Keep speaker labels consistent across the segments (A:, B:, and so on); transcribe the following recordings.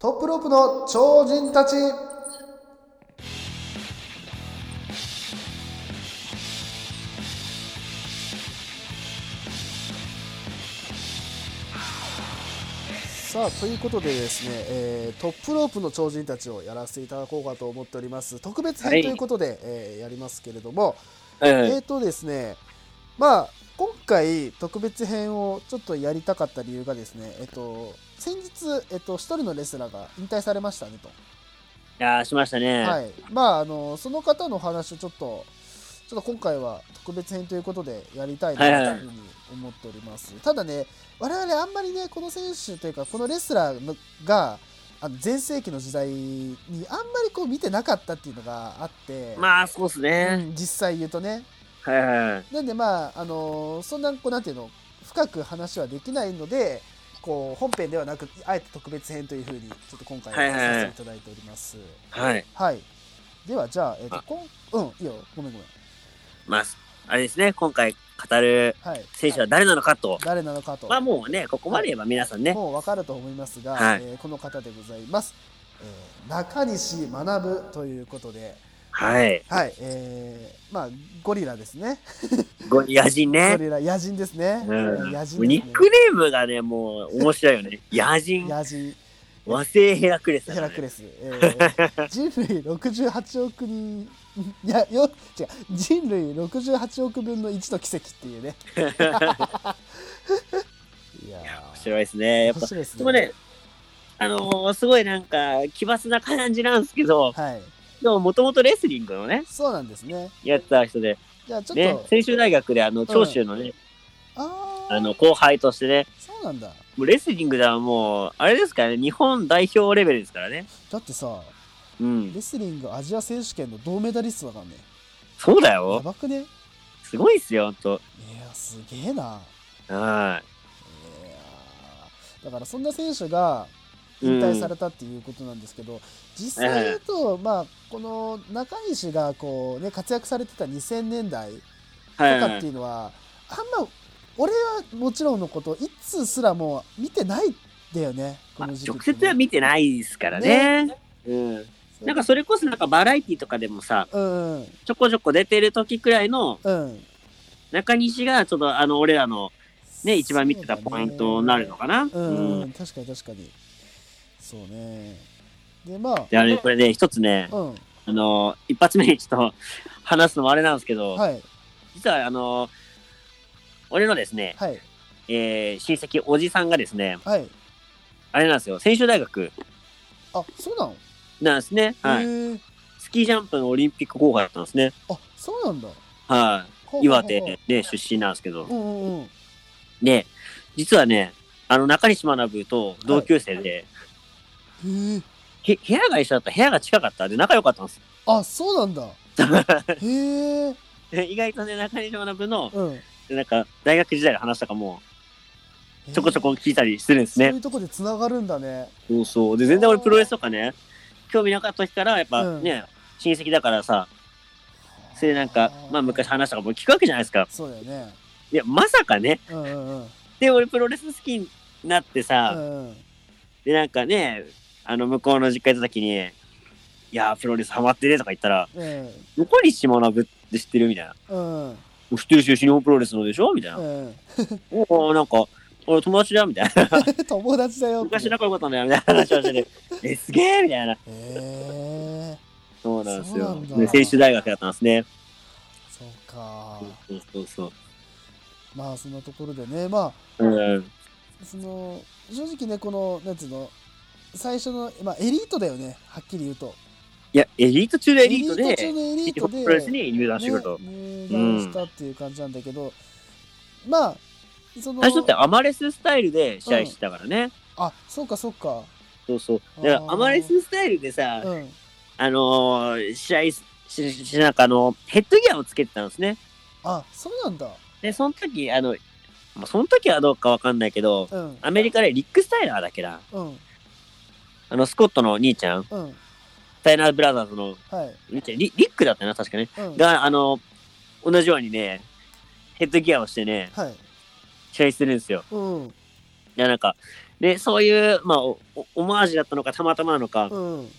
A: トップロープの超人たちさあということでですね、えートップロープの超人たちをやらせていただこうかと思っております特別
B: は
A: 編
B: い
A: ということで、えーやりますけれども、
B: はいは
A: えー
B: い。
A: とですね、まあ、今回特別編をちょっとやりたかった理由がですね、えっと、先日、えっと、一人のレスラーが引退されましたねと。
B: ああ、しましたね。
A: はい。まあ、あの、その方のお話をちょっと、ちょっと今回は特別編ということでやりたいなと
B: はい
A: い
B: はいう
A: ふうに思っております。ただね、我々あんまりね、この選手というか、このレスラーのが、あの前世紀の時代にあんまりこう見てなかったっていうのがあって、
B: まあ、そうっす
A: う
B: ね。
A: ん実際言うとね、
B: はいはいはい。
A: なんでまあ、あのーそんな、こう、なんていうの、深く話はできないので、こう、本編ではなく、あえて特別編というふうに、ちょっと今回
B: はい
A: は
B: はいはい
A: させていただいております。
B: はい。
A: はい。では、じゃあ、えっ、と、
B: あ
A: こん、うん、いいよ、ごめんごめん。
B: まあ、あれですね、今回語る
A: はい。
B: 選手は誰なのかと。
A: 誰なのかと、
B: まあ、もうね、ここまで言えば皆さんね。
A: もうわかると思いますが、
B: はい
A: えーこの方でございます。えー中西学ということで、
B: はい。
A: はい、えー、まあ、ゴリラですね。
B: ご野人
A: ゴ
B: ね。
A: リラ、野人ですね。
B: うん、
A: 野人
B: もうニ
A: ですね。
B: ックネームがね、もう面白いよね。野人、
A: 野人。
B: 和製ヘラクレスだ
A: ヘ
B: から
A: ラ
B: ね、
A: クレス、えー人類68億人いやよ違う人類68億分の1の奇跡っていうねいや
B: 面
A: ー
B: 白いですね。やっぱ
A: 面、白いです
B: でも
A: ね
B: ね、あのーすごいなんか、奇抜な感じなんですけど、
A: はい
B: でも、もともとレスリングのね、
A: そうなんですね
B: やってた人で、
A: じゃあちょっと、
B: ね、専修大学で、あの、長州のね、
A: あ
B: あ
A: あ
B: の、後輩としてね、
A: そうなんだ
B: もうレスリングではもう、あれですからね、日本代表レベルですからね。
A: だってさ
B: うん。
A: レスリングアジア選手権の銅メダリストだからね
B: そうだ
A: や
B: よ。
A: ばくねいや
B: すごいっすよ、ほんと。
A: ーすげえな
B: はい
A: やーだからそんな選手が引退されたっていうことなんですけど、実際言うと、まあ、この中西がこう、ね、活躍されてた2000年代と
B: い。はいは
A: かって
B: い。
A: いうのは、あんま俺はもちろんのこといつすらもう見てないんだよねこ
B: まあ
A: の時期
B: 直接は見てないですからね。うん。なんかそれこそなんかバラエティとかでもさ、
A: うんうん
B: ちょこちょこ出てる時くらいの
A: うん
B: 中西が、ちょっとあの、俺らのね、一番見てたポイントになるのかな。う
A: そうだねうん、
B: ん。
A: 確かに確かにそうねでまあ
B: で、あれ、これね、一つね、
A: うん
B: あの、一発目にちょっと話すのもあれなんですけど、
A: はい
B: 実はあの、俺のですね、
A: はい
B: えー親戚おじさんがですね、
A: はい
B: あれなんですよ、専修大学
A: あそうなの
B: なんですね。はい。
A: へえ
B: スキージャンプのオリンピック候補だったんですね。
A: あそうなんだ
B: は
A: ほうほうほう
B: い。岩手で、ね、出身なんですけど
A: う。んうんうん
B: で、実はね、あの、中西学と同級生で、
A: へえ
B: へ部屋が一緒だった、部屋が近かった、で、仲良かったんです。
A: あそうなんだへえ
B: で意外とね、中西学の、
A: うん
B: なんか、大学時代の話とかも、ちょこちょこ
A: へ
B: 聞いたりしてるんです
A: えそう
B: ね
A: い。うとこでつながるんだね
B: そうそう。で、全然俺プロレスとかね、興味なかった時から、やっぱ
A: うん
B: ね、親戚だからさ、それでなんか、まあ昔話したかも聞くわけじゃないですか。
A: そうだよね
B: いや、まさかね。
A: うんうんうん
B: で、俺プロレス好きになってさ、
A: うんうん
B: で、なんかね、あの、向こうの実家行った時に、いやー、プロレスハマってねとか言ったら、
A: うん
B: 向こうに島学って知ってるみたいな。
A: うん
B: お知ってるし、新日本プロレスのでしょみたいな。
A: うん
B: おおなんか、俺友達だよみたいな。
A: 友達だよって
B: 昔仲良かったんだよみたいな話をしてて、 え、すげえみたいな。
A: へえ
B: そうなんです
A: そう
B: よ
A: なん。だ
B: ね、選手大学だったんですね。
A: そうか
B: そうそうそう。
A: まあそんなところでねま
B: うん。
A: あその正直ねこのなんつうの最初のまあエリートだよねはっきり言うと
B: いや、エリート中のエリート
A: エ
B: で、
A: リ中のエ
B: 新
A: リ
B: 日
A: ート
B: 本
A: で
B: プロレスに入団してくると。
A: ね、入団したっていう感じなんだけど、まあその
B: 最初ってアマレススタイルで試合してたからね。
A: あそうかそうか
B: そうそう。だか
A: あ
B: ら
A: ー
B: アマレススタイルでさ、
A: うん
B: あのー試合し、し、しなんかあの、ヘッドギアをつけてたんですね。
A: あそうなんだ
B: で、その時、あの、まあ、その時はどうかわかんないけど、
A: うん
B: アメリカでリック・スタイラーだっけな。
A: うん
B: あの、スコットの兄ちゃん、
A: うん
B: スタイラーブラザーズの
A: はい
B: 兄ちゃん、リリックだったな、確かね。
A: うん
B: が、あの、同じようにね、ヘッドギアをしてね、
A: はい
B: 試合するんですよ。
A: うん
B: いや、なんか、で、そういう、まあ、おおオマージュだったのか、たまたまなのか、
A: うん。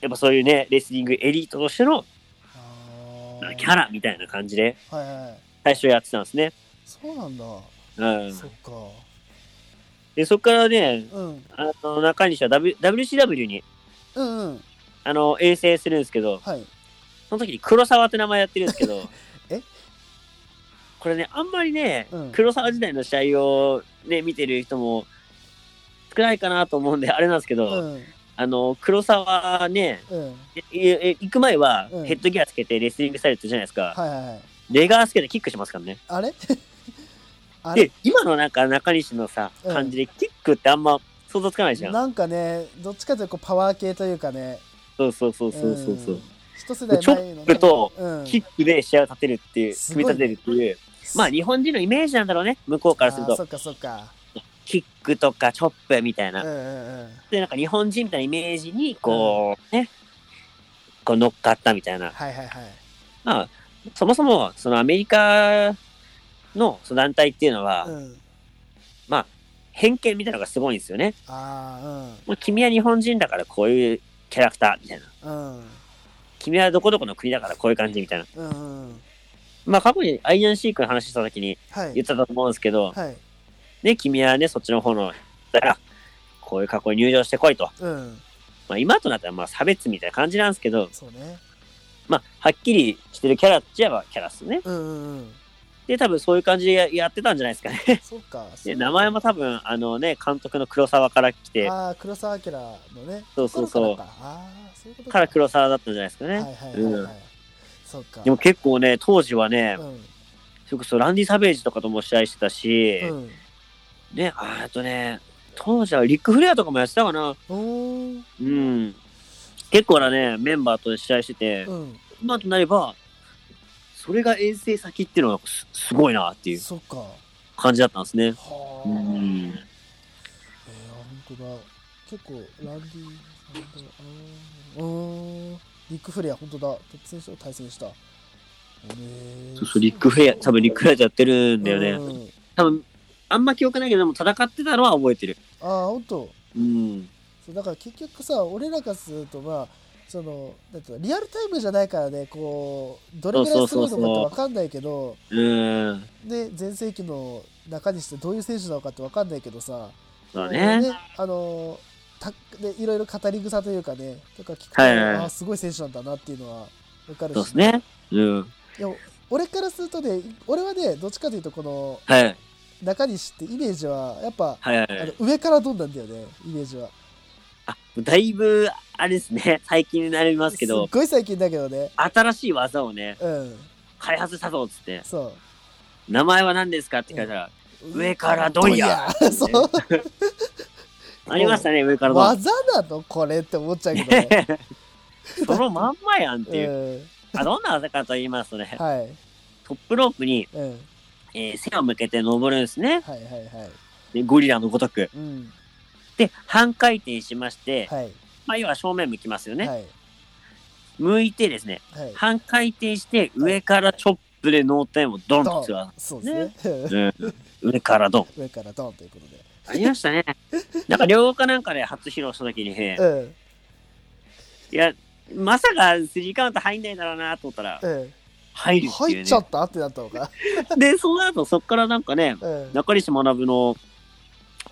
B: やっぱそういうね、レスリングエリートとしての
A: あ
B: キ
A: ー
B: ャラみたいな感じで、
A: はいはい。
B: 最初やってたんですね。
A: そうなんだ。
B: うん。
A: そっか。
B: で、そこからね、
A: うん。
B: あの、中西は W- WCW に、
A: うんうん。
B: あの、遠征するんですけど、
A: はい。、
B: その時に黒沢って名前やってるんですけど
A: え
B: これね、あんまりね、
A: うん
B: 黒沢時代の試合をね、見てる人も少ないかなと思うんで、あれなんですけ
A: う
B: ど、
A: ん。
B: あの、黒沢ね、
A: うん。
B: ええ行く前は
A: うん
B: ヘッドギアつけてレスリングされてるじゃないです
A: は
B: か。
A: いはいはい。
B: レガーつけてキックしますからね。
A: あれ あれ
B: で、今のなんか中西のさ、
A: うん
B: 感じで、キックってあんま想像つかないじゃん。
A: なんかね、どっちかというとこうパワー系というかね。
B: そうそうそうそうそうそう。
A: ん一世代前のね。
B: チョップと
A: うん、
B: キックで試合を立てるっていう、
A: す
B: 組み
A: ごいね
B: 立てるっていう、まあ日本人のイメージなんだろうね、向こうからする
A: あーそ
B: と。
A: っかそっか。
B: キックとかチョップみたい
A: うん
B: な。
A: うんうん。
B: で、なんか日本人みたいなイメージに、こう、ね、こう乗っかったみたいな。
A: はいはいはい。
B: まあ、そもそも、そのアメリカのその団体っていうのは、
A: うん。
B: 偏見みたいなのがすごいんですよね。
A: あ
B: もう君は日本人だからこういうキャラクターみたいな。
A: あ、うん。
B: 君はどこどこの国だからこういう感じみたいな。
A: うん。うんうん。
B: まあ過去にアイアンシークの話した時に
A: は
B: 言っ
A: い。
B: てたと思うんですけど、
A: はい。
B: ね、君はね、そっちの方の、だから、こういう格好に入場してこいと。
A: うん。
B: まあ今となったらまあ差別みたいな感じなんですけど、
A: そうね。
B: まあはっきりしてるキャラっちゃキャラっすね。
A: うんうんうん。
B: で、多分そういう感じでややってたんじゃないですか ね。
A: そっか。
B: で名前も多分、あのね、監督の黒沢から来て、
A: ああ、黒沢明のね。
B: そうそうそ
A: ところ
B: う
A: からかああ、そういうこと
B: から黒沢だったんじゃないですか
A: はい
B: ね。
A: はいはい、
B: う
A: はいそっか。
B: でも結構ね、当時はね、
A: うん。
B: それこそランディ・サベージとかとも試合してたし、
A: うん。
B: ね、ああとね、当時はリック・フレアとかもやってたかな。
A: おー
B: うん。結構なね、メンバーと試合してて、
A: うん。
B: 今となれば、それが遠征先っていうのはすすごいなっていう
A: そっか。は
B: 感じだったんですね。
A: あ。え
B: うん。
A: ー、本当だ。結構、ランディさんと、あーうーん。リック・フレア、本当だ。トップ選手と対戦した。えー、
B: そうそう、リック・フレア、多分リック・フレアとやってるんだよ
A: う
B: ね。
A: ん、
B: 多分、あんま記憶ないけど、でも戦ってたのは覚えてる。
A: ああ、本当。
B: うん。
A: そうだから結局さ俺らがするとまあそのなんていうのリアルタイムじゃないからねこうどれぐらいすごいのかって分かんないけど
B: うん。
A: ね全盛期の中にしてどういう選手なのかって分かんないけどさ
B: そう
A: あの
B: ね。
A: あのたでいろいろ語り草というかねとか聞くと、
B: はいはいはい
A: あすごい選手なんだなっていうのは分かるし
B: そうですね。うん。
A: でも俺からするとね俺はねどっちかというとこの
B: はい。はい
A: 中西ってイメージはやっぱ、
B: はいは
A: あ
B: い
A: の。上からどんなんだよねイメージは
B: あ、だいぶ、あれですね、最近になりますすけ
A: っ
B: ど、
A: ごい最近だけどね
B: 新しい技をね、
A: うん
B: 開発したぞっつって、
A: そう
B: 名前は何ですかって聞かれたら、上からどんや
A: どんや そう
B: ありましたね、上からどん。
A: 技なのこれって思っちゃうけど ね、
B: そのまんまやんっていう。
A: う
B: あどんな技かと言いますとね、
A: ん、はい、
B: トップロープに、
A: うん、
B: えー背を向けて登るんですね。
A: はいはいはい
B: でゴリラのごとく。
A: うん
B: で、半回転しまして、
A: はい
B: まあ、要は正面向きますよね。
A: はい
B: 向いてですね、
A: はい
B: 半回転して、上からチョップで脳天をドン
A: ド
B: と
A: ン
B: つわ。
A: そうですね
B: うん上からドン。
A: 上からドンということで
B: ありましたね。なんか、両かなんかで初披露した時に、
A: うん
B: いや、まさかスリーカウント入んないだろうなと思ったら、
A: うん
B: 入るっていう、
A: 入
B: ね。
A: っちゃったってなったのか
B: で、その後、そっからなんかね、
A: うん
B: 中西学の、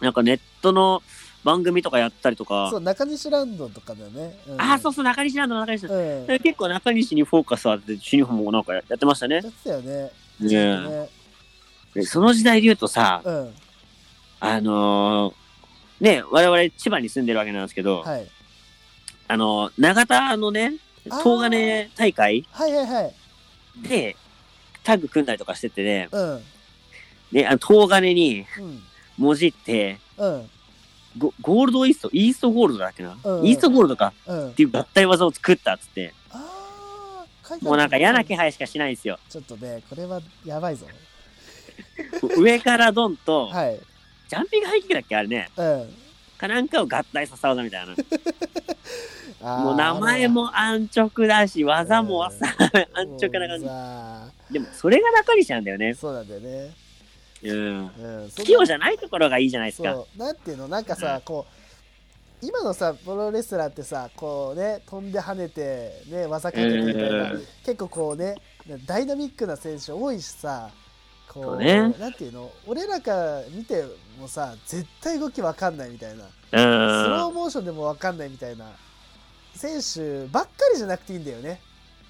B: なんかネットの番組とかやったりとか、
A: そう中西ランドとかだよね、うん、
B: ああ、そうそう、中西なんだ、中西なんだ。
A: うんや
B: で結構中西にフォーカス当てて、ユニフォームもなんかやってましたね。
A: ってたよね
B: ね
A: ちょっとね
B: でその時代で言うとさ、
A: うん
B: あのー、ね、我々千葉に住んでるわけなんですけど、
A: はい
B: あのー、長田のね、
A: あー
B: 東金大会
A: はいはいはい
B: で、タッグ組んだりとかしててね、
A: うん
B: で、あの東金に
A: うん
B: もじって、
A: うん
B: ゴゴールドイースト、イーストゴールドだっけな、
A: うん
B: イーストゴールドか
A: うん
B: っていう合体技を作ったっつって、
A: ああ書いてある
B: もうなんか嫌な気配しかしないんで すよ。
A: ちょっとねこれはやばいぞ
B: 上からドンと、
A: はい
B: ジャンピングハイキックだっけあれね。
A: うん
B: かなんかを合体させた技みたいな。
A: あー
B: もう名前も安直だし、技もさ、安直な感じ
A: もうさ
B: でもそれが中西なんだよね。
A: そうなんだよね
B: うん。
A: うん、そんな
B: 器用じゃないところがいいじゃないですか。
A: そうなんていうのなんかさこう今のさプロレスラーってさこうね飛んで跳ねてね技かけてみたいな、
B: うん
A: 結構こうねダイナミックな選手多いしさこ
B: そううね
A: なんていうの俺らから見てもさ絶対動きわかんないみたいな
B: う
A: スロー
B: ん。
A: モーションでもわかんないみたいな選手ばっかりじゃなくていいんだよね。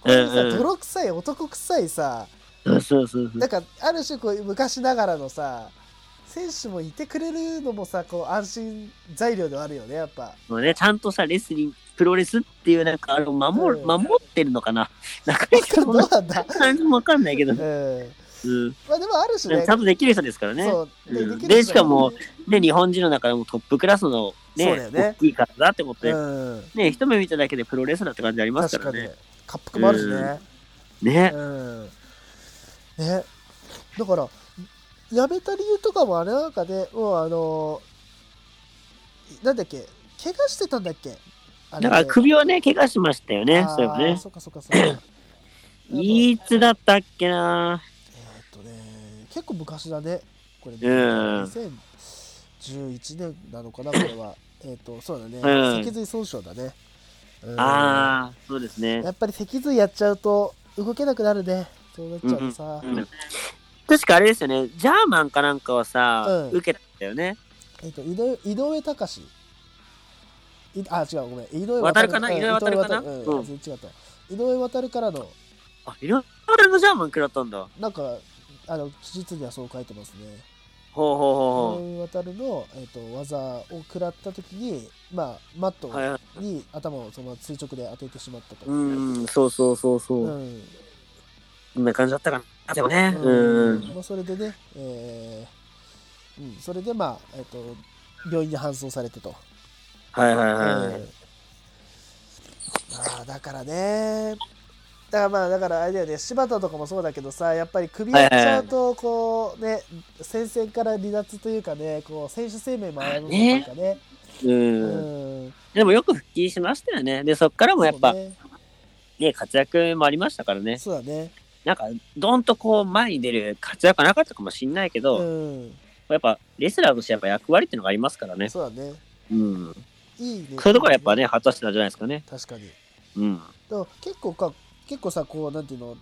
A: こ
B: う
A: うんい
B: うん
A: うさ泥臭い男臭いさ
B: そうそうそうそう。
A: なんかある種こう昔ながらのさ選手もいてくれるのもさこう安心材料ではあるよねやっぱ
B: もうね、ちゃんとさ、レスリング、プロレスっていう、なんか、あの、守
A: う
B: る、
A: ん
B: 守ってるのかな。なかなか
A: ど
B: そ
A: うん
B: な
A: なん だ、
B: 感じもわかんないけど
A: う。ん、
B: うん。
A: まあでもある種ね
B: ちゃんとできる人ですからね。
A: そう
B: うん
A: きる
B: で
A: 人
B: しかもね、日本人の中でもトップクラスの
A: そう
B: ね、
A: だよね
B: 大きい方だってこと
A: う
B: で、
A: ん
B: ね、一目見ただけでプロレスラーって感じあります
A: 確
B: か
A: からに
B: ね。
A: 滑覆もあるしね
B: ね
A: う。んねだからやめた理由とかもあれなんかでもうあのなんだっけ怪我してたんだっけあれ
B: だから首をね、怪我しましたよね。
A: あー
B: そういえばね。
A: そっかそっかそっか
B: いつだったっけな
A: えーっとね、結構昔だね。これね、
B: うん
A: 2011年なのかな、これは。 えーっと、そうだね。
B: うん
A: 脊髄損傷だね。うん
B: ああ、そうですね
A: や。っぱり脊髄やっちゃうと動けなくなるね。そうなっちゃうとさ。
B: うん確かあれですよね、ジャーマンかなんかはさ、
A: うん
B: 受けたんだよね。
A: えーっと、井上井上隆いあ、違う、ごめん。井上
B: 渡るかな
A: うん
B: 井上渡るかな
A: 井上
B: う
A: うんん、全然違った。井上渡るからの、
B: あ、いろんなのジャーマン食らったんだ。
A: なんか、あの、記述にはそう書いてますね。
B: ほうほうほ
A: 井上渡るの、えーっと、技を食らった時に、まあ、マット
B: う
A: を
B: ほう。はいはい。
A: に頭をその垂直で当ててしまったと。
B: うーん、そうそうそうそう。
A: うん
B: こんな感じだったかな。でもね、う
A: うん
B: ん。
A: まあ、それでね、えーうん、それでまあ、えっと病院に搬送されてと。
B: はいはい
A: え
B: は
A: ーまあ、だからね、だからまあ、だからあれだよね、柴田とかもそうだけどさ、やっぱり首やっちゃうと、こうね、戦線から離脱というかね、こう選手生命も危ぶというかね。
B: い。うん。
A: うん
B: でもよく復帰しましたよね。で、そっからもやっぱ
A: そう
B: ね、
A: ね
B: 活躍もありましたからね。
A: そうだね。
B: なんか、どんとこう、前に出る活躍はなかったかもしんないけど、
A: うん、
B: やっぱ、レスラーとしてやっぱ役割っていうのがありますからね。
A: そうだね。
B: うん。
A: いいね。
B: そういうところはやっぱね、果たしてたんじゃないですかね。
A: 確かに。
B: うん。
A: でも結構か結構さこうなんていうの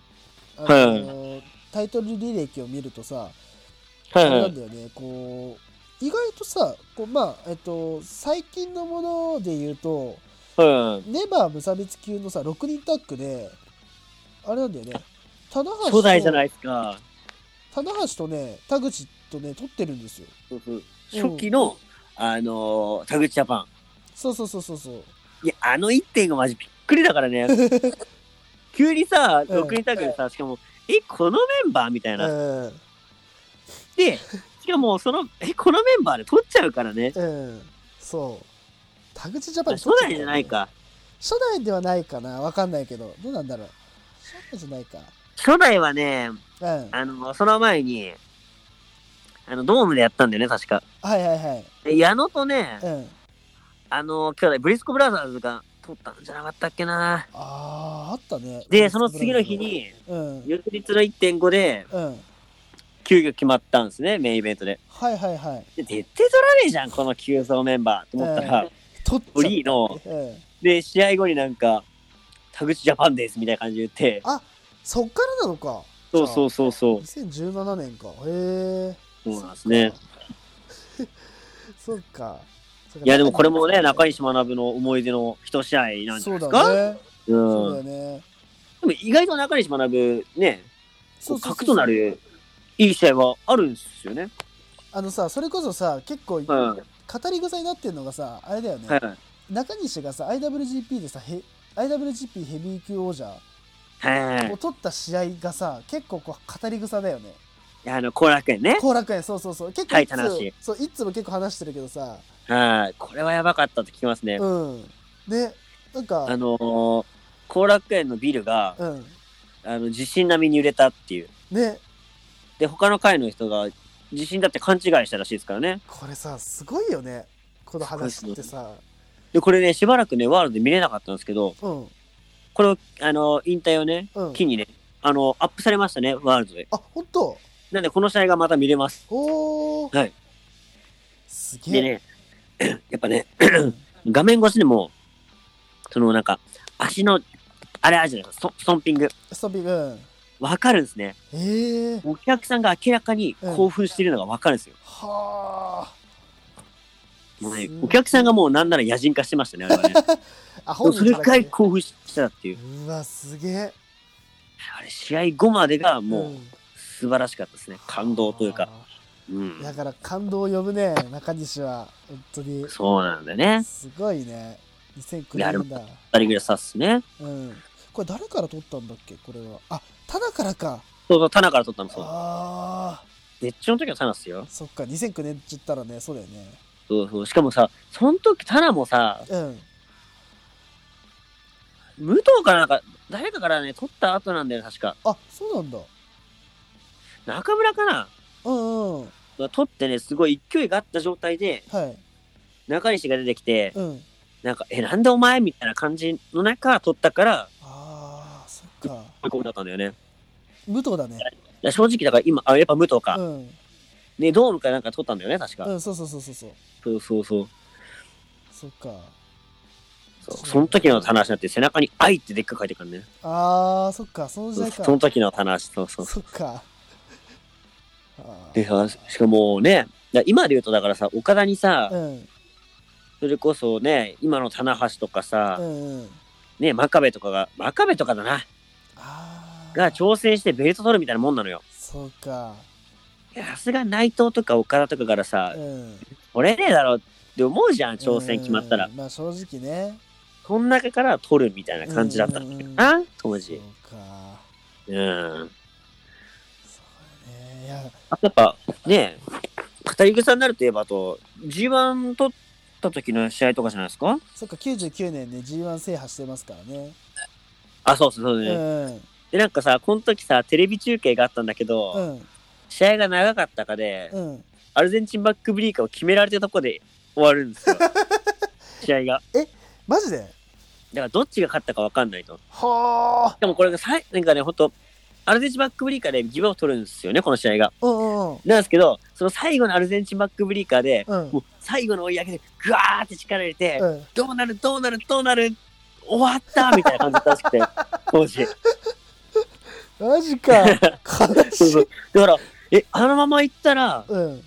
A: あの、タイトル履歴を見るとさ、
B: は
A: あ
B: い
A: れ
B: は
A: なん
B: い。
A: だよねこう意外とさこうまあえっと最近のもので言うと
B: うん。
A: ネバー無差別級のさ6人タッグであれなんだよね棚橋と
B: 初代じゃないですか。
A: 棚橋とね田口とね取ってるんですよ
B: 初期の、あのー田口ジャパ
A: そうそうそうそうそう
B: ン。いや、あの1.5マジびっくりだから ね。急にさ、
A: うん
B: 6人タッグでさ、しかも、え、このメンバーみたいな。
A: うん
B: で、しかも、その、え、このメンバーで取っちゃうからね。
A: うんそう田口ジャパンに
B: 初
A: 取っちゃった
B: 代じゃないか。
A: 初代ではないかなわかんないけどどうなんだろう初代じゃないか
B: 初代はね、
A: うん
B: あの、その前に、あの、ドームでやったんだよね、確か。
A: はいはいはい。
B: で矢野とね、
A: うん。
B: あの、兄弟、ブリスコブラザーズが取ったんじゃなかったっけな。
A: ああ、あったね。
B: で、その次の日。に、
A: うん。うん。
B: 翌日の1.5で、急遽決まったんですね、メインイベントで。
A: はいはいはい。
B: で絶対取らねえじゃん、この急走メンバーと思ったら、
A: 取っ
B: オ
A: ち
B: リーの、
A: ゃう。うん。
B: で、試合後になんか、田口ジャパンですみたいな感じで言って、
A: そっからなのか。
B: そうそうそうそう、
A: 2017年か。へえ。
B: そうなんですね。
A: そっか。 そっか
B: いや、でもこれもね、中西学の思い出の一試合なんじゃ
A: そ
B: ないうです
A: だ
B: か。
A: ね。
B: う
A: そうだ
B: ん。
A: よね。
B: でも意外と中西学、ね、こう核とな。るいい試合はあるんですよね。
A: あのさ、それこそさ、結構、
B: うん。は
A: 語り草になってるのがさ、あれだよ
B: い
A: ね
B: は。い。
A: 中西がさ、IWGP でさ、へ IWGP ヘビー級王者
B: はいはい。
A: を
B: い
A: 取った試合がさ、結構こう語り草だよね。
B: やあの、後楽園ね。
A: 後楽園そうそうそう結構
B: はい
A: いつ
B: 棚橋
A: そういつも結構話してるけどさ
B: はい。これはやばかったって聞きますね。
A: うんねなん
B: あ
A: か
B: のー、後楽園のビルが、
A: うん
B: あの地震並みに揺れたっていう。
A: ね
B: で、他の会の人が地震だって勘違いしたらしいですからね。
A: これさすごいよねこの話ってさ
B: で、これね、しばらくね、ワールドで見れなかったんですけど、
A: うん
B: これを、あの、引退をね、
A: うん
B: 機にね、あの、アップされましたね、ワールドで。
A: あ本当
B: なんで、この試合がまた見れます。
A: おー
B: はい。
A: すげ
B: で
A: え。
B: ね、やっぱね、 画面越しでも、そのなんか、足の、あれあるじゃないですか、ストンピング。
A: ストンピング。うん
B: わかるんですね。
A: ええ。
B: お客さんが明らかに興奮してるのがわかるんですよ。
A: は
B: もうね
A: すごい
B: お客さんがもうなんなら野人化してましたね、あれはね。
A: あ。あ、
B: それくらい
A: ね
B: 興奮してたっていう。
A: うわ、すげえ。
B: あれ、試合後までがも
A: ん
B: う素晴らしかったですね。感動というか。
A: あ
B: う
A: ー
B: ん。
A: だから感動を呼ぶね、中西は。本当に。
B: そうなんだよね。
A: すごいね。2009
B: やる
A: 年だ。
B: 二人ぐらい刺すね。
A: うん。これ誰から撮ったんだっけこれは。あ、タナからか。
B: そうそう、タナから取ったの、そう。
A: あ
B: 絶頂の時はタナっすよ
A: あ。。そっか、2009年って言ったらね、そうだよね。
B: そうそう。しかもさ、その時タナもさ、
A: うん。
B: 武藤からなんか、誰かからね、取った後なんだよね、確か。
A: あ、そうなんだ。
B: 中村かな
A: うんうん。は
B: 取ってね、すごい勢いがあった状態で、
A: い。
B: 中西が出てきて、
A: うん。
B: なんか、え、なんでお前みたいな感じの中、取ったから、
A: ああ、そっか。
B: 追い込みだったんだよね。
A: 武藤だね。
B: いや正直、だから今、あ、やっぱ武藤か。
A: うん。
B: ね、ドームかなんか取ったんだよね、確か。
A: うん、そうそうそうそうそう。
B: そうそうそう。
A: そっか。
B: そうその時の棚橋だって背中に愛ってでっかく書いてくるからね。
A: ああ、そっか、その時
B: そう
A: 代
B: そ
A: か。
B: の時の棚橋、そうそう。
A: そっか。あ
B: でさ、しかもね、だから今で言うとだからさ、岡田にさ
A: ー、うん。
B: それこそね、今の棚橋とかさ
A: う、んうん。
B: ね、真壁とかが、真壁とかだな、
A: ああ。
B: が挑戦してベルト取るみたいなもんなのよ。
A: そうか。
B: いやさすが内藤とか岡田とかからさ
A: う、ん。
B: 取れねえだろって思うじゃん、挑戦決まったら
A: うん。。まあ正直ね。
B: その中から取るみたいな感じだったんだけどな、当
A: そう
B: 時。
A: か。
B: う
A: そう
B: ん。
A: だね。いや、
B: あとやっぱね、語り草になるといえばあと、G1 取った時の試合とかじゃないですか
A: そっか、99年ね、G1 制覇してますからね。
B: あ、そうそうそう
A: う
B: ね、
A: ん。
B: で、なんかさ、この時さ、テレビ中継があったんだけど、
A: うん。
B: 試合が長かったかで、
A: うん。
B: アルゼンチンバックブリーカーを決められたとこで終わる んですよ。試合が。
A: マジで
B: だからどっちが勝ったか分かんないと。
A: はあ。
B: でもこれがさい、なんかね、ほんと、アルゼンチンバックブリーカーでギブを取るんですよね、この試合が。
A: うんうんうん。
B: なんですけど、その最後のアルゼンチンバックブリーカーで、
A: うん
B: もう最後の追い上げで、ぐわーって力入れて、
A: うん。
B: どうなるどうなるどうなる終わったみたいな感じだったらしくて、 当時。
A: マジ か。悲
B: そう
A: し
B: そ
A: い。
B: うだから、え、あのまま行ったら、
A: うん。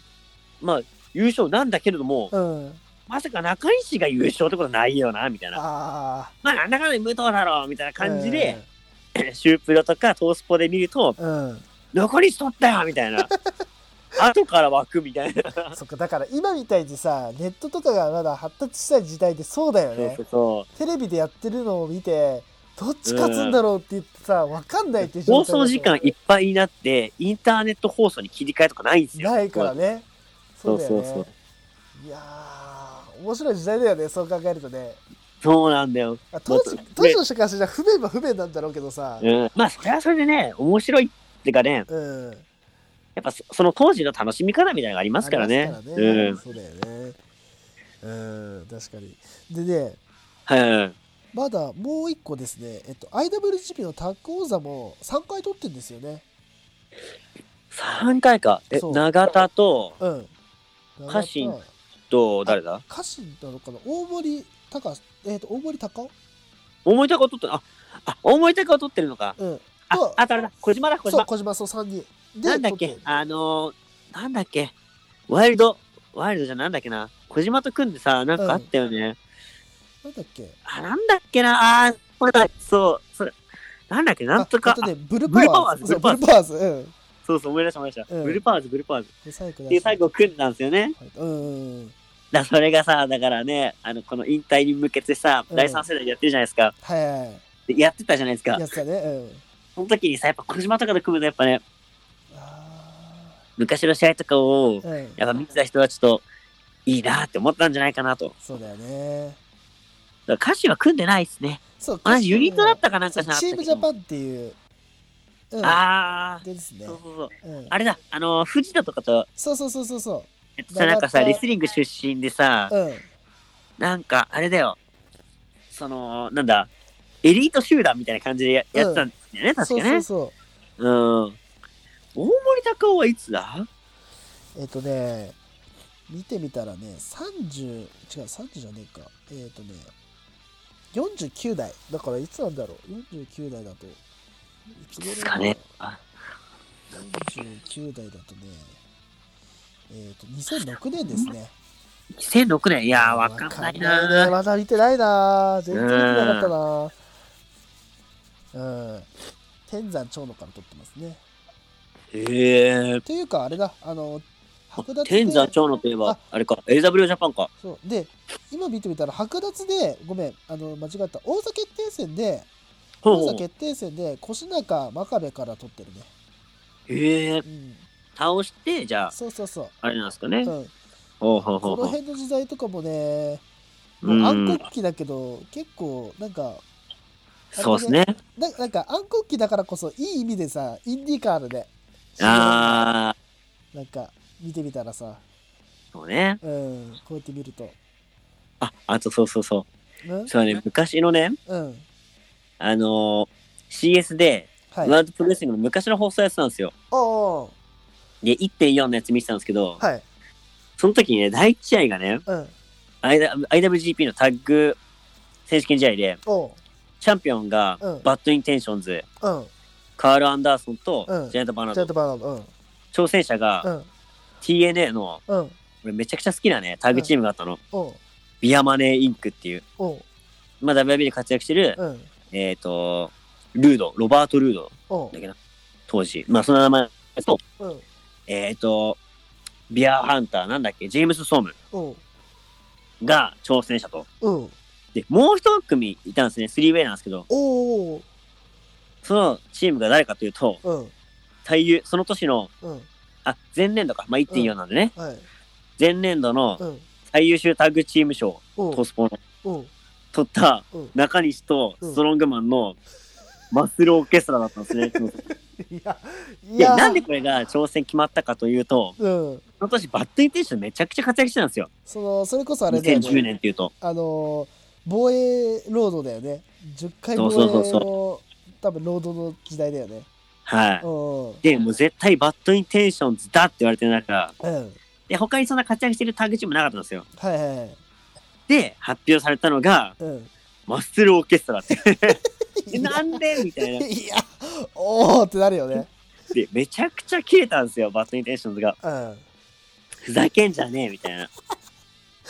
B: まあ、優勝なんだけれども、
A: うん。
B: まさか中西が優勝ってことないよな、みたいな。
A: ああ。
B: まあ、なんだかんだ無糖だろう、みたいな感じで、シュープロとかトースポで見ると、
A: うん。うん。
B: 残りしとったよみたいな。後から湧くみたいな。
A: そっかだから今みたいにさネットとかがまだ発達したい時代でそうだよ
B: そう
A: ね
B: そうそ。
A: テレビでやってるのを見てどっち勝つんだろうって言ってさ分かんないっていうう状
B: 放
A: 態だと思
B: 送
A: う
B: 時間いっぱいになって、インターネット放送に切り替えとかないんですよ。
A: ないからねそ
B: そうう
A: だ
B: そ
A: よね
B: うそう。
A: いやー面白い時代だよねそう考えるとね
B: そうなんだよ。
A: あ当時
B: まあ
A: 当時の人からしたら不便は不便なんだろうけどさ
B: うん。まあ、それはそれでね、面白いってかね、
A: うんあり
B: やっぱそその当時の楽しみ方みたいなのがありま
A: ます
B: からね。
A: すから
B: うん。
A: そうだよねうん確かにでね
B: はいはい。
A: まだもう一個ですね、えっと、IWGP のタッグ王座も3回取ってるんですよね。
B: 3回か。え、
A: そう
B: 永田と、
A: うん。
B: 家臣
A: 長田
B: と、誰だ
A: 家臣なのかな大森隆、えっ、と、大森隆
B: 思い高を取った、あ、あ、思い高を取ってるのか。
A: うん。
B: あ
A: そう、
B: あとあれだ、小島だ、小
A: そう、
B: 島。
A: 小島、そう、3人。で
B: なんだっ
A: 取
B: け
A: て、
B: あのー、なんだっけ、ワイルド、ワイルドじゃなんだっけな、小島と組んでさ、なんかあったよね。
A: なんだっけ
B: あ、なんだっけな、あー、これだ、そう、それ、なんだっけ、なんと
A: あ
B: か
A: えっ、ね、ブルパワーズ。
B: ブルパワー
A: そう
B: ズ
A: ブルパワーズ。うん。
B: あそうそう、思い出した、思い出した。
A: うん
B: ブルパーズ、ブルパーズ。
A: で、最後
B: で、最後組んだんですよね。
A: うんうんうん。
B: だそれがさ、だからね、あの、この引退に向けてさ、
A: うん
B: 第三世代やってるじゃないですか。
A: はいはい。
B: でやってたじゃないですか
A: や。つだね。うん。
B: その時にさ、やっぱ小島とかと組むと、やっぱね、
A: あ
B: 昔の試合とかを
A: ー、うん。
B: やっぱ見てた人はちょっと、いいなって思ったんじゃないかなと。
A: そうだよね。
B: だから歌手は組んでないですね。
A: そう、
B: あ、ユニットだったたかなんかじゃなかった
A: チ
B: っ
A: ー
B: け
A: ムジャパンっていう。うん。
B: あ
A: でです
B: あ、
A: ね。
B: そうそうそう。
A: うん。
B: あれだ、あの、藤田とかと、
A: そうそうそうそうそ
B: えっとさ、なんかさ、
A: 長田
B: レスリング出身でさ
A: う。、うん。
B: なんか、あれだよ、その、なんだ、エリート集団みたいな感じでややってたんだよね、確
A: そう
B: か
A: そう
B: ね。
A: そう
B: うん。大森高尾はいつだ
A: えっ、とね、見てみたらね、30、違う、30じゃねえか。えっ、とね、49代。だからいつなんだろう。49代だと。いつ頃
B: ですかね。あ
A: 49代だとね、えっ、と、2006年ですね。
B: 2006年いやー、わかんな
A: わか
B: い
A: んね
B: な
A: まだ見てないな。全然見てなかったな。うん。天山長野から撮ってますね。
B: へえ。
A: というか、あれだ、あの、函館で
B: 天山長野といえば
A: あ、
B: あれか、AW ジャパンか。
A: そうで今見てみたら剥奪でごめんあの間違った王座決定戦で
B: ほう
A: 王
B: ほ
A: 座
B: う
A: 決定戦で越中真壁から取ってるね、
B: へえ。
A: うん、
B: 倒して、じゃあ、
A: そうそうそう、
B: あれなんですかね
A: うん、。こ
B: ほうほうほ
A: の
B: うほう。
A: 辺の時代とかもねも
B: う
A: う暗
B: ん
A: 黒、期だけど結構なんか
B: そうですね。
A: ななんか暗黒期だからこそいい意味でさインディーカールで
B: ああ、
A: なんか見てみたらさ、
B: そうね。
A: うん、こうやって見ると
B: あ、あとそうそうそうう。
A: ん、
B: そうね、昔のね、
A: うん、
B: あのー、CS で、
A: はい
B: ワールドプロレスリングの昔の放送やってたんですよ。
A: おー
B: で、1.4のやつ見てたんですけど、
A: はい
B: その時にね、第1試合がね、
A: うん
B: IW- IWGP のタッグ選手権試合で、
A: おう
B: チャンピオンが
A: うん
B: バッドインテンションズ、
A: うん
B: カール・アンダーソンと
A: うん
B: ジャイアント・バーナー
A: ちゃ
B: ド、
A: んとバナナうん
B: 挑戦者
A: う
B: が
A: ん
B: TNA の、
A: うん
B: 俺めちゃくちゃ好きなね、タッグチームがあったの。
A: おう
B: ビアマネー・インクっていう、
A: おう
B: まあ、WB で活躍してる、
A: うん
B: えっ、と、ルード、ロバート・ルード
A: おう
B: だっけな、当時。まあ、その名前と、
A: うん
B: えっ、と、ビアハンター、なんだっけ、ジェームス・ソーム
A: おう
B: が挑戦者と。
A: うん
B: で、もう一組いたんですね、スリーウェイなんですけど、
A: おう
B: そのチームが誰かというと、
A: うん
B: 大優、その年の、
A: うん
B: あ、前年度か、まあ、1.4なんでね、
A: はい
B: 前年度の
A: うん
B: 最優秀タッグチーム賞を
A: おう
B: トスポの
A: おう
B: 取った
A: おう
B: 中西とストロングマンのマッスルオーケストラだったんですね。
A: いやい
B: で、なんでこれが挑戦決まったかというと、
A: うん
B: その年バッドインテンションめちゃくちゃ活躍してたんですよ。
A: そのそれこそあれだよ
B: 2010
A: ね
B: 年っていうと。
A: あの防衛ロードだよね10回防衛
B: そうそうそう
A: の多分ロードの時代だよね
B: はい。
A: うん
B: で、もう絶対バッドインテンションズだって言われてる中、
A: うん
B: で、他にそんな活躍してるタッグチームなかったんですよ。
A: はいはいはい
B: で、発表されたのが、
A: うん
B: マッスルオーケストラって。え なんでみたいな。
A: いやおおってなるよね
B: で、めちゃくちゃ切れたんですよ、バッドインテンションズが。
A: うん
B: ふざけんじゃねえみたいな。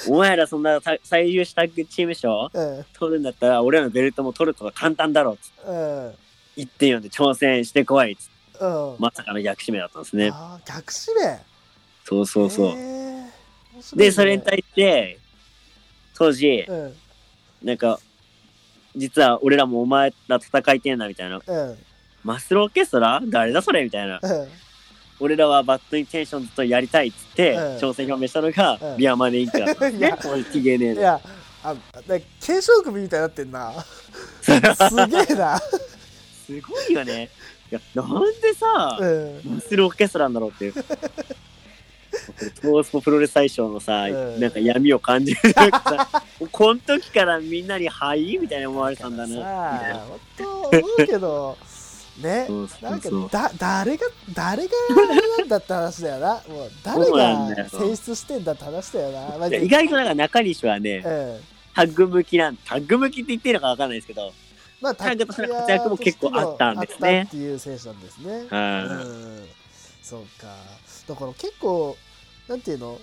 B: お前らそんなた最優秀タッグチーム賞
A: うん
B: 取るんだったら俺らのベルトも取ることが簡単だろうっつ
A: うん
B: って1.4で挑戦してこいっつって
A: うん
B: まさかの逆指名だったんですね。
A: あー逆指名
B: そうそうそう。
A: へー面白いね
B: で、それに対して当時
A: うん
B: なんか実は俺らもお前ら戦いてんだみたいな。
A: うん
B: マッスルオーケストラ誰だそれみたいな。
A: うん
B: 俺らはバッドインテンションズとやりたいっつって
A: うん
B: 挑戦表明したのが
A: うん
B: ビアマネインクだったんで す
A: い
B: ね
A: や。
B: こいつげねえ
A: い
B: な。
A: や、あ、ね、継承組みたいになってん な。すげえな。
B: すごいよね。いや、なんでさ、
A: うん。
B: マッスルオーケストラなんだろうっていう。トースポプロレス大賞のさ、
A: うん
B: なんか闇を感じるというかさこの時からみんなに「はい?」みたいに思われたんだ
A: さ
B: な。
A: あ、本当思うけど、ね
B: そう、そうそう
A: なんかだ誰が誰がなんだって話だよな。もう誰
B: そうなんだ
A: が
B: よ
A: 選出してんだって話だよな。マ
B: い
A: ジ
B: や
A: で
B: 意外となんか中西はね、
A: うん。
B: タッグ向きなんタッグ向きって言ってるのかわかんないですけど、
A: まあ、
B: タッグとしての活躍も結構あったんですね
A: あったっていう選手なんですね。
B: は
A: うんそうかだから結構なんていうの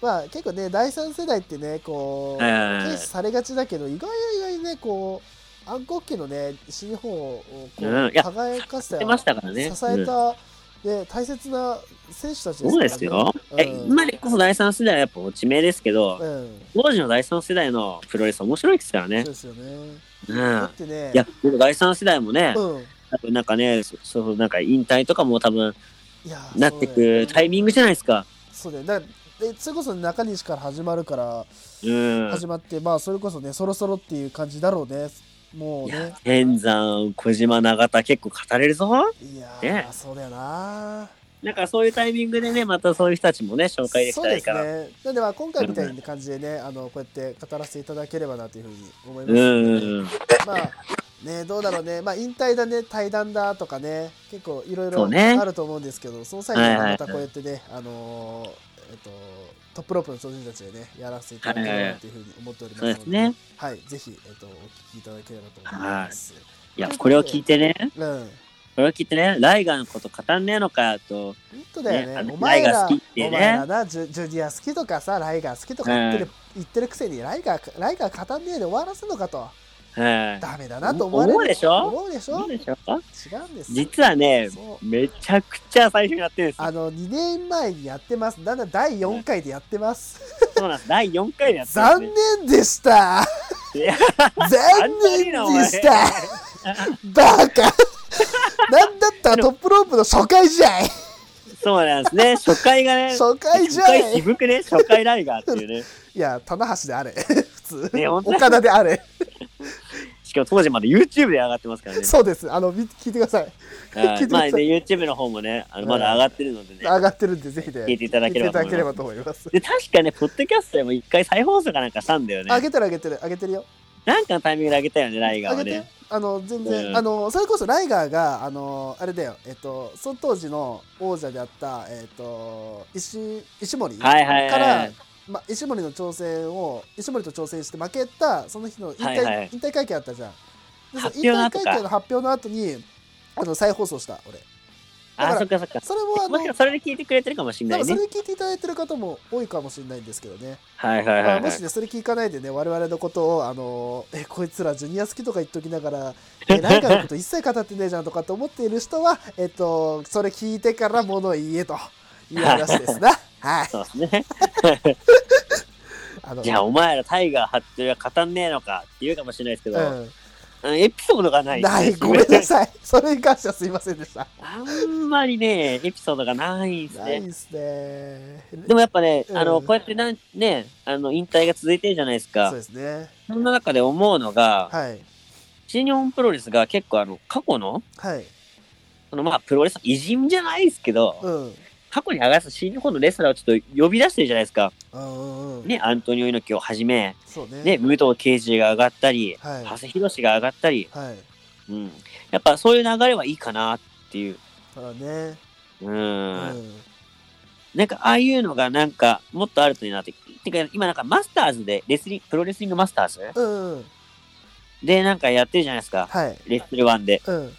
A: まあ結構ね第三世代ってねこう
B: はいはいはい
A: 軽視されがちだけど意外や意外にねこう暗黒期のね新日本をこう、
B: うんいや
A: 輝かせた
B: い、出ましたからね。
A: 支え
B: うん
A: た、ね、大切な選手たち
B: そうです
A: からね
B: よ。え
A: うん
B: 今でこそ第3世代はやっぱ落ち目ですけど、
A: うん
B: 当時の第3世代のプロレスは面白いですから
A: そう
B: ね。
A: ですよね
B: うん、
A: だってね
B: いや、でも第3世代もね、
A: うん
B: 多分なんかね、そそうなんか引退とかも多分
A: いや
B: なって
A: そうだよ
B: くタイミングじゃないですか。
A: そうだよだからでそれこそ中西から始まるから
B: うん。
A: 始まって、まあそれこそねそろそろっていう感じだろうねもう
B: い
A: ね
B: や、天山、小島、永田、結構語れるぞ。
A: いやー
B: ね
A: そうだよな
B: なんかそういうタイミングでね、またそういう人たちもね、紹介でき
A: そう
B: たら
A: で
B: いい
A: す
B: かな。
A: ねなんでまあ今回みたいな感じでねあのこうやって語らせていただければなというふうに思います
B: うん
A: の
B: う
A: で、
B: んうん。
A: まあねどうだろうね、まあ、引退だね、退団だとかね、結構いろい
B: そ
A: ろ
B: うね
A: あると思うんですけど、そ,、の際に
B: はいはい
A: またこうやってね、あのーえっと、トップロープの超人たちでね、やらせていただければなというふうに思っておりますので、
B: そうですね
A: はい、ぜひ、えっと、お聞きいただければと思います。
B: いや、これを聞いてね、
A: うん、本
B: これを聞いてね、ライガーのこと語んねえのかと、
A: 当だよね、
B: ねあの
A: お前
B: ライガ
A: ら、
B: ー好きってね
A: お前らなジュ、ジュニア好きとかさ、ライガー好きとか言ってる,、
B: う
A: 言ってるくせに、ライガー、ライガー語んねえで終わらせるのかと、
B: はい。
A: ダメだなと思われる
B: 思うでしょ
A: 思うでし
B: そ
A: ょ
B: うでしょ
A: 違うんですよ。
B: 実はね
A: そ、う
B: めちゃくちゃ最初にやってるんですよ
A: あ。の2年前にやってます。なんだ第4回でやってます。
B: そうなんです。第4回でやってま
A: 残
B: す、ね。
A: 念でした。
B: いや
A: 残
B: いい
A: 念
B: なお前
A: でした。バカ。なんだったらトップロープの初回じゃい。
B: そうなんですね。初回がね、
A: 初回じ
B: 初
A: ゃい。
B: 回
A: い
B: 渋くね、初回ライガーってい うね。
A: や、棚橋であれ。普通。
B: ね本当だ
A: 岡田であれ。
B: しかも当時まで YouTube で上がってますから ね。
A: そうです。あの、み聞いてください。
B: は
A: 聞いて
B: い
A: くだ
B: まあ
A: さい
B: ね、YouTube の方もね、あのまだ上がってるのでね。
A: 上がってるんで、ぜひね。
B: 聞いていただければと思いま
A: 聞いていただ
B: す
A: ければと思います。
B: で、確かね、ポッドキャストでも一回再放送かなんかしたんだよ
A: 上
B: ね。
A: げてる上げてる上げてるよ。
B: なんかのタイミングで上げたよね、ライガー
A: あ
B: は
A: げて
B: ね。
A: あの全然、
B: うん
A: あのそれこそライガーがあのあれだよえっとその当時の王者であったえっと石石森から、
B: はいはいはい。
A: ま、石森の挑戦を石森と挑戦して負けたその日の引退,、
B: はいはい
A: 引退会見あったじゃんでその
B: 発
A: 引
B: 表
A: 退
B: の後か
A: 会見の発表の後にあの再放送した俺だか
B: あ、
A: ら
B: そっかそっか。
A: それもあ
B: もしか
A: の
B: それで聞いてくれてるかもしれ
A: 多
B: な
A: 分
B: い
A: そ
B: ね。
A: れ聞いていただいてる方も多いかもしれないんですけどね
B: はいはい
A: ま
B: は
A: あ、
B: い
A: も
B: はい
A: し。ねそれ聞かないでね我々のことをあのーえこいつらジュニア好きとか言っときながら、えライガーのこと一切語ってねえじゃんとかと思っている人はえっとそれ聞いてから物を言えという話です なはい
B: そうですね。
A: あの
B: じゃあ、お前らタイガー発表は語んねえのかって言うかもしれないですけど、
A: うん
B: うんエピソードがない。
A: ないごめんなさいそれに関してはすいませんでした
B: あんまりね、エピソードがないです
A: ない
B: ね。
A: ですね
B: でもやっぱね、
A: うん
B: あの、こうやってなん、ね、あの、引退が続いてるじゃないです
A: そう
B: か。
A: ですね
B: そんな中で思うのが、
A: はい
B: 新日本プロレスが結構あの、過去の、
A: はい
B: そのまあ、プロレスの偉人じゃないですけど、
A: うん
B: 過去に上がった新日本のレスラーをちょっと呼び出してるじゃないですか。
A: うんうんうん
B: ね、アントニオ猪木をはじめ、
A: そうね
B: ね、武藤敬司が上がったり、
A: はい
B: 長谷博が上がったり、
A: はい
B: うん。やっぱそういう流れはいいかなっていう。
A: ただね
B: うん。
A: うん
B: なんか、ああいうのがなんか、もっとあるといいなって。てか、今なんかマスターズで、レスリング、プロレスリングマスターズ
A: うんうん
B: でなんかやってるじゃないですか。
A: はい
B: レッスルワンで。
A: うん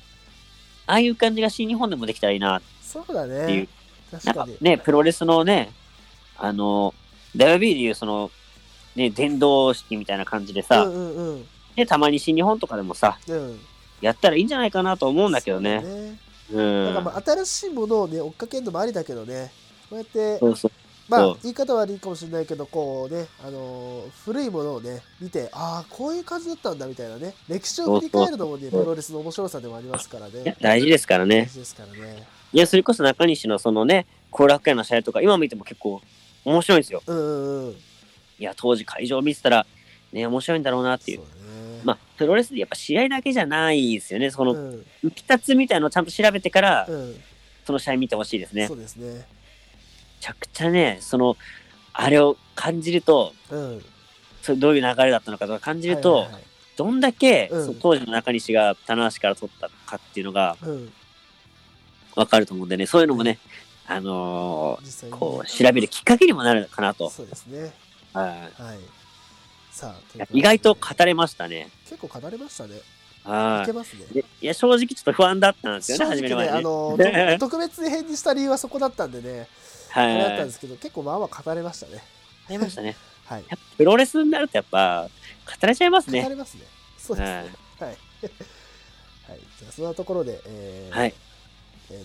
B: ああいう感じが新日本でもできたらいいなって
A: そうだ
B: いう
A: ね。
B: な
A: 確
B: ん
A: か
B: か
A: に
B: ね、プロレスのね、あの、WB でいうその、ね、伝道式みたいな感じでさ、
A: うんうんうん
B: ね、たまに新日本とかでもさ、
A: うん、
B: やったらいいんじゃないかなと思うんだけどね。
A: そうね
B: う
A: なんか
B: ん
A: ま。あ新しいものをね追っかけるのもありだけどねこうやって
B: そうそう。
A: ま
B: そ
A: あ
B: う
A: 言い方悪いかもしれないけどこうねあのー古いものをね見てああこういう感じだったんだみたいなね歴史を振り返るのもねプ
B: そう
A: ロレスの面白さでもありますから
B: いや
A: ね
B: 大事ですから
A: 大
B: ね。
A: 事ですからね
B: いや、それこそ中西のそのね、後楽園の試合とか、今見ても結構面白いんですよ。
A: うんうんうん
B: いや、当時会場見てたら、ね、面白いんだろうなっていう。
A: そうね
B: まあ、プロレスでやっぱ試合だけじゃないですよね。その
A: う、ん
B: 浮き立つみたいのをちゃんと調べてから、
A: うん
B: その試合見てほしいですね。
A: そ
B: め
A: うですね
B: ちゃくちゃね、その、あれを感じると、
A: うん
B: それどういう流れだったのかとか感じると、
A: はいはいはい
B: どんだけ、
A: うん
B: その当時の中西が棚橋から取ったかっていうのが
A: うん
B: わかると思うんでね、そういうのもね、あの
A: 実際
B: ー
A: にね
B: こう、調べるきっかけにもなるかなと。
A: そうですね
B: はい
A: はいさあという
B: い
A: こ
B: や
A: とで
B: 意外と語れましたね。
A: 結構語れましたねい
B: は
A: けますね
B: い。でいや、正直ちょっと不安だったんですよ
A: 正
B: ね、始め
A: 直
B: る
A: ね、
B: 前
A: あ
B: にね。
A: のと特別編にした理由はそこだったんでね、あれだっ
B: は
A: たん
B: い
A: で。すけど、結構まあまあ語れましたね。
B: 語りましたね。
A: はい。
B: やっぱプロレスになるとやっぱ、語れちゃいま
A: 語
B: すね。
A: れますね。そうですね。はい。 はい。じゃあ、そんなところで、えー
B: はい。
A: えー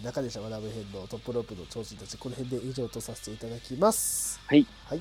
A: 中西学編のトップロープの超人たち、この辺で以上とさせていただきます。
B: はい。
A: はい。